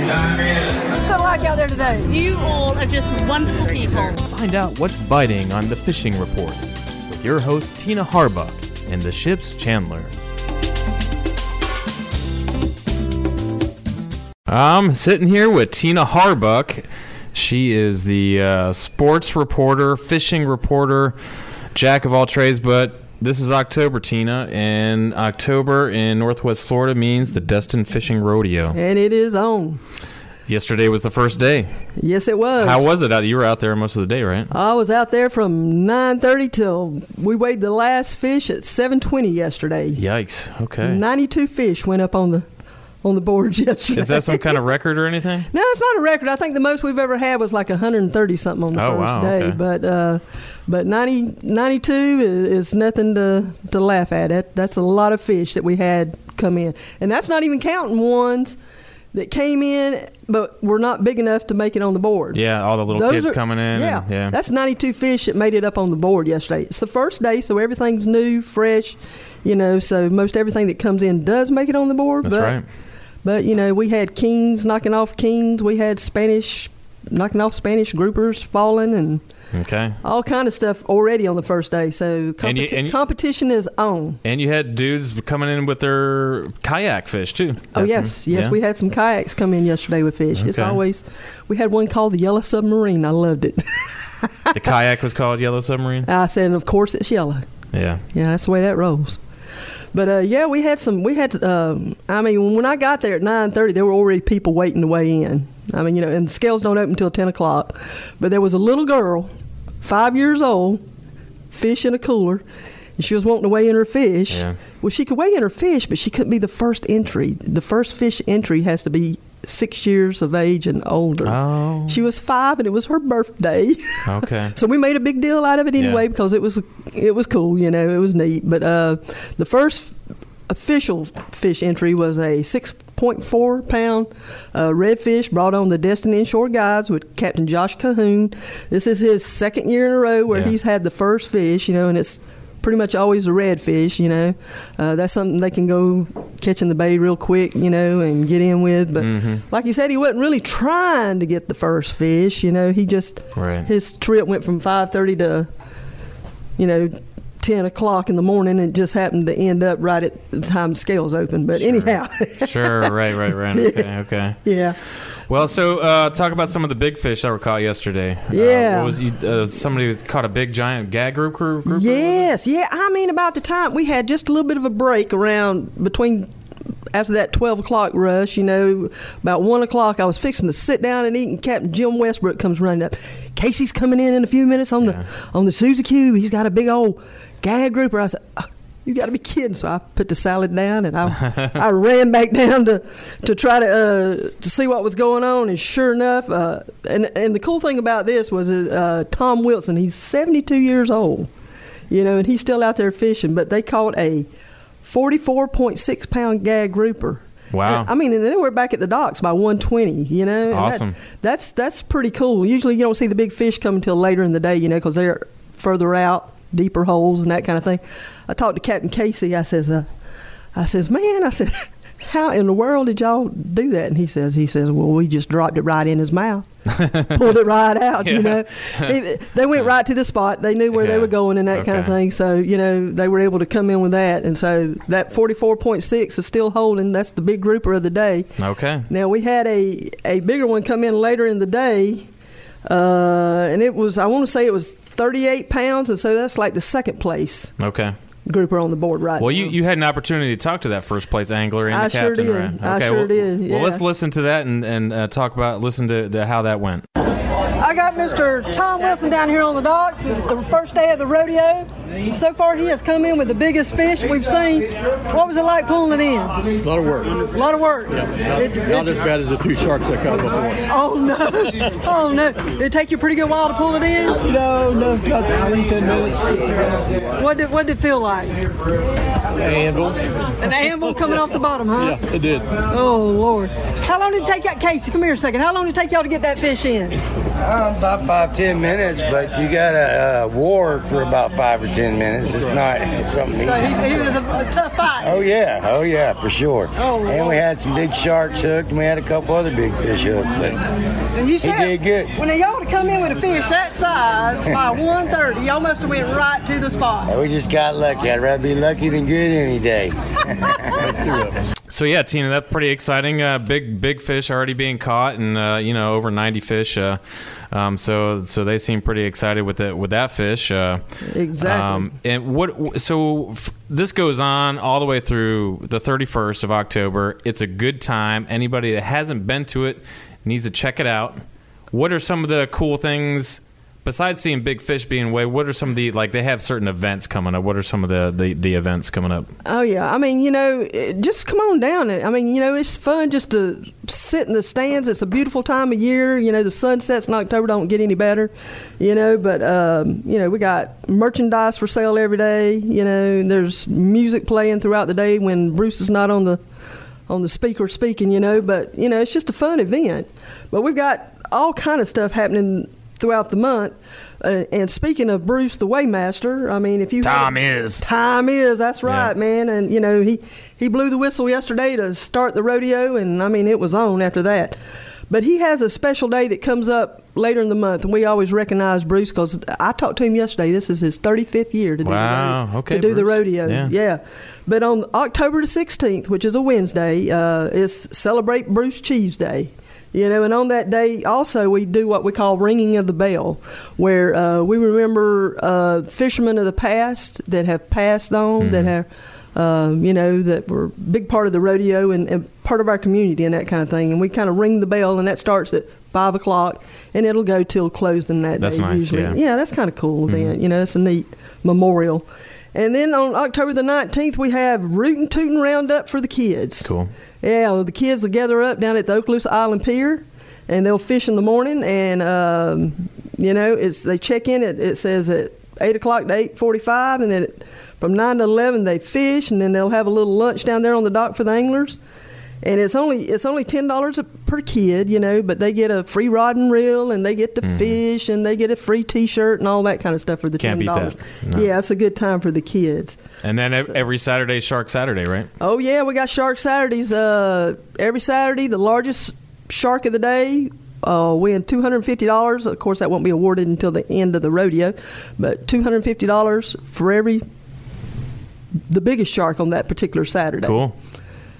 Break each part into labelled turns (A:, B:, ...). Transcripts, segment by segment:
A: What's it like out there today?
B: You all are just wonderful people.
C: Find out what's biting on the fishing report with your host Tina Harbuck and the ship's Chandler. I'm sitting here with Tina Harbuck. She is the uh, sports reporter, fishing reporter, jack of all trades, but this is October, Tina, and October in Northwest Florida means the Destin Fishing Rodeo.
A: And it is on.
C: Yesterday was the first day.
A: Yes, it was. Uh,
C: How was it? Uh, You were out there most of the day, right?
A: I was out there from 9:30 till we weighed the last fish at 7:20 yesterday.
C: Yikes. Okay.
A: 92 fish went up on the on the board yesterday.
C: Is that some kind of record or anything?
A: No, it's not a record. I think the most we've ever had was like 130 something on the
C: Oh,
A: first
C: wow,
A: day,
C: okay.
A: but uh, but 90, 92 is, is nothing to, to laugh at. That, that's a lot of fish that we had come in, and that's not even counting ones that came in but were not big enough to make it on the board.
C: Yeah, all the little
A: Those
C: kids
A: are-
C: coming in. and-
A: Yeah,
C: yeah.
A: that's 92 fish that made it up on the board yesterday. It's the first day, so everything's new, fresh, you know. So most everything that comes in does make it on the board.
C: That's
A: but,
C: right.
A: But you know, we had kings knocking off kings. We had Spanish knocking off Spanish groupers falling and
C: Okay.
A: all kind of stuff already on the first day. So competi-
C: And you- and you-
A: competition is on.
C: And you had dudes coming in with their kayak fish too.
A: Oh
C: That's-
A: yes, yes,
C: yeah.
A: we had some kayaks come in yesterday with fish. It's
C: Okay.
A: always we had one called the Yellow Submarine. I loved it.
C: the kayak was called Yellow Submarine.
A: I said, of course it's yellow.
C: Yeah.
A: Yeah, that's the way that rolls. But uh, yeah, we had some. We had. Um, I mean, when I got there at nine thirty, there were already people waiting to weigh in. I mean, you know, and the scales don't open until ten o'clock. But there was a little girl, five years old, fish in a cooler, and she was wanting to weigh in her fish.
C: Yeah.
A: Well, she could weigh in her fish, but she couldn't be the first entry. The first fish entry has to be six years of age and older.
C: Oh.
A: She was five, and it was her birthday.
C: Okay.
A: So we made a big deal out of it anyway
C: Yeah.
A: because it was it was cool, you know, it was neat. But uh, the first official fish entry was a 6.4 pound uh, redfish brought on the Destin Inshore Guides with Captain Josh Cahoon. This is his second year in a row where
C: Yeah.
A: he's had the first fish, you know, and it's pretty much always a redfish, you know. Uh, that's something they can go catch in the bay real quick, you know, and get in with. But
C: Mm-hmm.
A: like you said, he wasn't really trying to get the first fish, you know. He just
C: Right.
A: his trip went from 5.30 to you know 10 o'clock in the morning and just happened to end up right at the time scales open but anyhow
C: Sure. Right. Right. Right. Okay. Okay.
A: yeah
C: Well, so uh, talk about some of the big fish that were caught yesterday. Uh,
A: Yeah.
C: what was you, uh, somebody caught a big giant gag grouper? grouper?
A: yes yeah i mean about the time we had just a little bit of a break around between after that 12 o'clock rush you know about 1 o'clock i was fixing to sit down and eat and captain jim westbrook comes running up casey's coming in in a few minutes on
C: Yeah.
A: the on the suzy q he's got a big old gag grouper i said "Oh, you got to be kidding so i put the salad down and i, I ran back down to, to try to uh, to see what was going on and sure enough uh, and and the cool thing about this was uh, tom wilson he's 72 years old you know, and he's still out there fishing. But they caught a 44.6 pound gag grouper.
C: Wow.
A: And, I mean, and they were back at the docks by 120. You know, and that-
C: Awesome.
A: that's that's pretty cool. Usually, you don't see the big fish come until later in the day. You know, because they're further out, deeper holes, and that kind of thing. I talked to Captain Casey. I says, uh, I says, man, I said. How in the world did y'all do that? And he says, he says, well, we just dropped it right in his mouth, pulled it right out. You know, He- they went right to the spot. They knew where they
C: Yeah.
A: were going and that kind of
C: Okay.
A: thing. So you know they were able to come in with that, and so that 44.6 is still holding. That's the big grouper of the day.
C: Okay.
A: Now we had a a bigger one come in later in the day, uh, and it was I want to say it was 38 pounds, and so that's like the second place
C: Okay.
A: grouper on the board right
C: Well,
A: now.
C: you, you had an opportunity to talk to that first place angler and
A: I
C: the
A: sure
C: captain,
A: did.
C: right?
A: I sure
C: well,
A: did,
C: Well, let's
A: yeah.
C: listen to that and, and uh, talk about listen to, to how that went.
A: I got Mr. Tom Wilson down here on the docks. It's the first day of the rodeo. So far, he has come in with the biggest fish we've seen. What was it like pulling it in? A
D: A lot of work.
A: lot of work. It-
D: Not
A: it's-
D: as bad as the two sharks that caught before.
A: Oh no! Oh no! It take you a pretty good while to pull it in.
D: No, no, about three, ten minutes.
A: What did what did it feel like?
D: Anvil.
A: An anvil coming off the bottom, huh?
D: Yeah, it did.
A: Oh Lord! How long did it take that Casey? Come here a second. How long did it take y'all to get that fish in?
E: Um, about five ten minutes, but you gotta uh, war for about five or ten minutes. It's not it's something.
A: So he, he was a, a tough fight.
E: oh yeah, oh yeah, for sure.
A: Oh,
E: and
A: Lord.
E: we had some big sharks hooked, and we had a couple other big fish hooked. But
A: And you said
E: did good.
A: when y'all would have come in with a fish that size by 1:30, y'all must have went right to the spot.
E: we just got lucky. I'd rather be lucky than good any day.
C: So yeah, Tina, that's pretty exciting. Uh, big big fish already being caught, and uh, you know over ninety fish. Uh, um, so so they seem pretty excited with it with that fish. Uh, um,
A: Exactly.
C: and what so f- this goes on all the way through the thirty first of October. It's a good time. Anybody that hasn't been to it needs to check it out. What are some of the cool things? Besides seeing big fish being weighed, what are some of the like they have certain events coming up? What are some of the the, the events coming up?
A: Oh yeah, I mean, you know, it- just come on down. I mean, you know, it's fun just to sit in the stands. It's a beautiful time of year. You know, the sunsets in October don't get any better. You know, but um, you know, we got merchandise for sale every day. You know, and there's music playing throughout the day when Bruce is not on the on the speaker speaking. You know, but you know, it's just a fun event. But we've got all kind of stuff happening throughout the month. Uh, and speaking of Bruce, the Waymaster, I mean, if you
C: Time is.
A: time is. That's right, man. And you know, he he blew the whistle yesterday to start the rodeo, and I mean, it was on after that. But he has a special day that comes up later in the month, and we always recognize Bruce because I talked to him yesterday. This is his 35th year to
C: Wow.
A: do the rodeo,
C: Okay,
A: to do the
C: Bruce.
A: rodeo.
C: Yeah.
A: Yeah, but on October the 16th, which is a Wednesday, uh, is Celebrate Bruce Cheese Day. You know, and on that day also we do what we call ringing of the bell, where uh, we remember uh, fishermen of the past that have passed on,
C: Mm-hmm.
A: that have, um, you know, that were a big part of the rodeo and, and part of our community and that kind of thing. And we kind of ring the bell, and that starts at five o'clock, and it'll go till closing that
C: That's
A: day
C: nice,
A: usually.
C: yeah.
A: Yeah, that's kind of cool event. You know, it's a neat memorial. And then on October the 19th, we have Rootin' Tootin' Roundup for the kids.
C: Cool.
A: Yeah, well, the kids will gather up down at the Okaloosa Island Pier, and they'll fish in the morning. And um, you know, it's they check in. It, it says at eight o'clock to eight forty-five, and then it, from nine to eleven they fish, and then they'll have a little lunch down there on the dock for the anglers. And it's only it's only ten dollars per kid, you know, but they get a free rod and reel, and they get
C: Mm-hmm.
A: to fish, and they get a free T-shirt and all that kind of stuff for the
C: Can't
A: ten
C: beat
A: dollars.
C: that. No.
A: Yeah, it's a good time for the kids.
C: And then ev- every Saturday, Shark Saturday, right?
A: Oh yeah, we got Shark Saturdays. Uh, every Saturday, the largest shark of the day. Uh, win two hundred and fifty dollars. Of course, that won't be awarded until the end of the rodeo, but two hundred and fifty dollars for every the biggest shark on that particular Saturday.
C: Cool.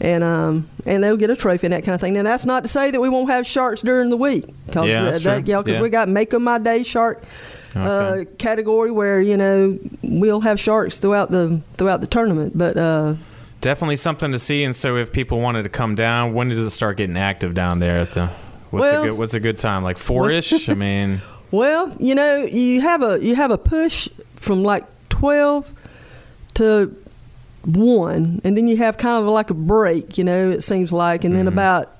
A: And um, and they'll get a trophy and that kind of thing. And that's not to say that we won't have sharks during the week, cause uh,
C: Yeah, that's
A: that,
C: true.
A: yeah, 'cause
C: Yeah.
A: we got make 'em my day shark
C: Okay.
A: uh, category where you know we'll have sharks throughout the throughout the tournament. But uh,
C: Definitely something to see. And so, if people wanted to come down, when does it start getting active down there at the? What's
A: Well-
C: a good What's a good time? Like four ish? I mean,
A: Well, you know, you have a you have a push from like twelve to one, and then you have kind of like a break. You know, it seems like, and then
C: Mm-hmm.
A: about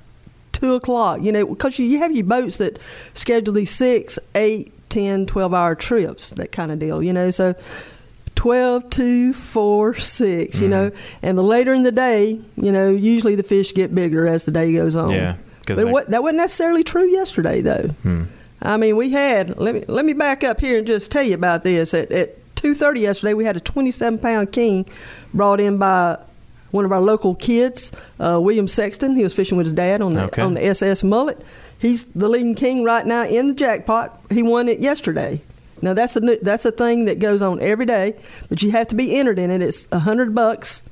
A: two o'clock. You know, because you, you have your boats that schedule these six, eight, 10, 12 hour trips, that kind of deal. You know, so. 12, 2, 4, 6, you know,
C: Mm-hmm.
A: and the later in the day, you know, usually the fish get bigger as the day goes on.
C: Yeah,
A: But
C: 'cause they-
A: what, that wasn't necessarily true yesterday, though. I mean, we had let me let me back up here and just tell you about this. At, at two thirty yesterday, we had a twenty-seven pound king brought in by one of our local kids, uh, William Sexton. He was fishing with his dad on the
C: Okay.
A: on the SS Mullet. He's the leading king right now in the jackpot. He won it yesterday. Now that's a new, that's a thing that goes on every day, but you have to be entered in it. It's a hundred bucks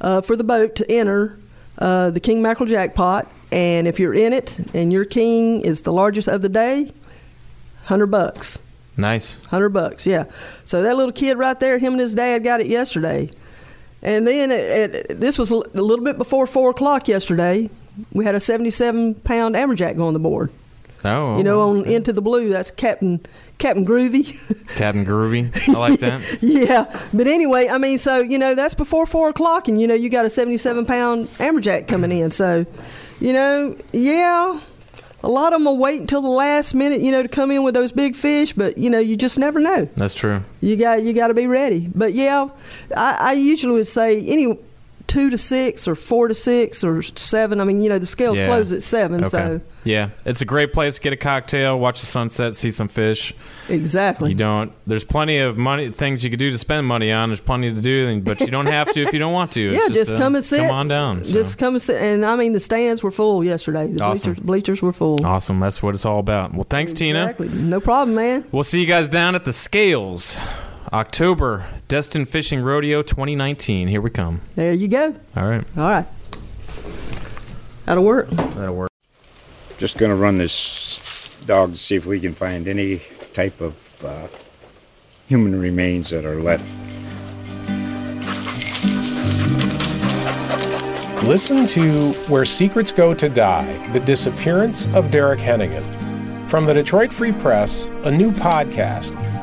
A: uh, for the boat to enter uh, the king mackerel jackpot, and if you're in it and your king is the largest of the day, hundred bucks.
C: nice.
A: Hundred bucks, yeah. So that little kid right there, him and his dad got it yesterday. And then at, at, this was a li- a little bit before four o'clock yesterday. We had a seventy-seven pound amberjack go on the board.
C: Oh,
A: you know, on Into the Blue. That's Captain Captain Groovy.
C: Captain Groovy. I like that.
A: yeah, but anyway, I mean, so you know, that's before four o'clock, and you know, you got a seventy-seven pound amberjack coming in, so you know, yeah. A lot of them will wait until the last minute, you know, to come in with those big fish, but you know, you just never know.
C: That's true.
A: You got you got to be ready. But yeah, I, I usually would say any two to six or four to six or seven. I mean, you know, the scales
C: Yeah.
A: close at seven,
C: Okay.
A: so
C: yeah, it's a great place to get a cocktail, watch the sunset, see some fish.
A: exactly.
C: You don't. There's plenty of money things you could do to spend money on. There's plenty to do, but you don't have to if you don't want to. It's
A: yeah, just,
C: uh,
A: come and sit.
C: Come on down. so.
A: Just come and sit. And I mean, the stands were full yesterday. The
C: Awesome.
A: bleachers, bleachers were full.
C: awesome. That's what it's all about. Well, thanks, Tina.
A: Exactly. No problem, man.
C: We'll see you guys down at the scales, October Destin Fishing Rodeo 2019. Here we come.
A: There you go.
C: All right,
A: All right. That'll work.
C: that'll work.
F: Just going to run this dog to see if we can find any type of uh, human remains that are left.
G: Listen to Where Secrets Go to Die The Disappearance of Derek Hennigan. From the Detroit Free Press, a new podcast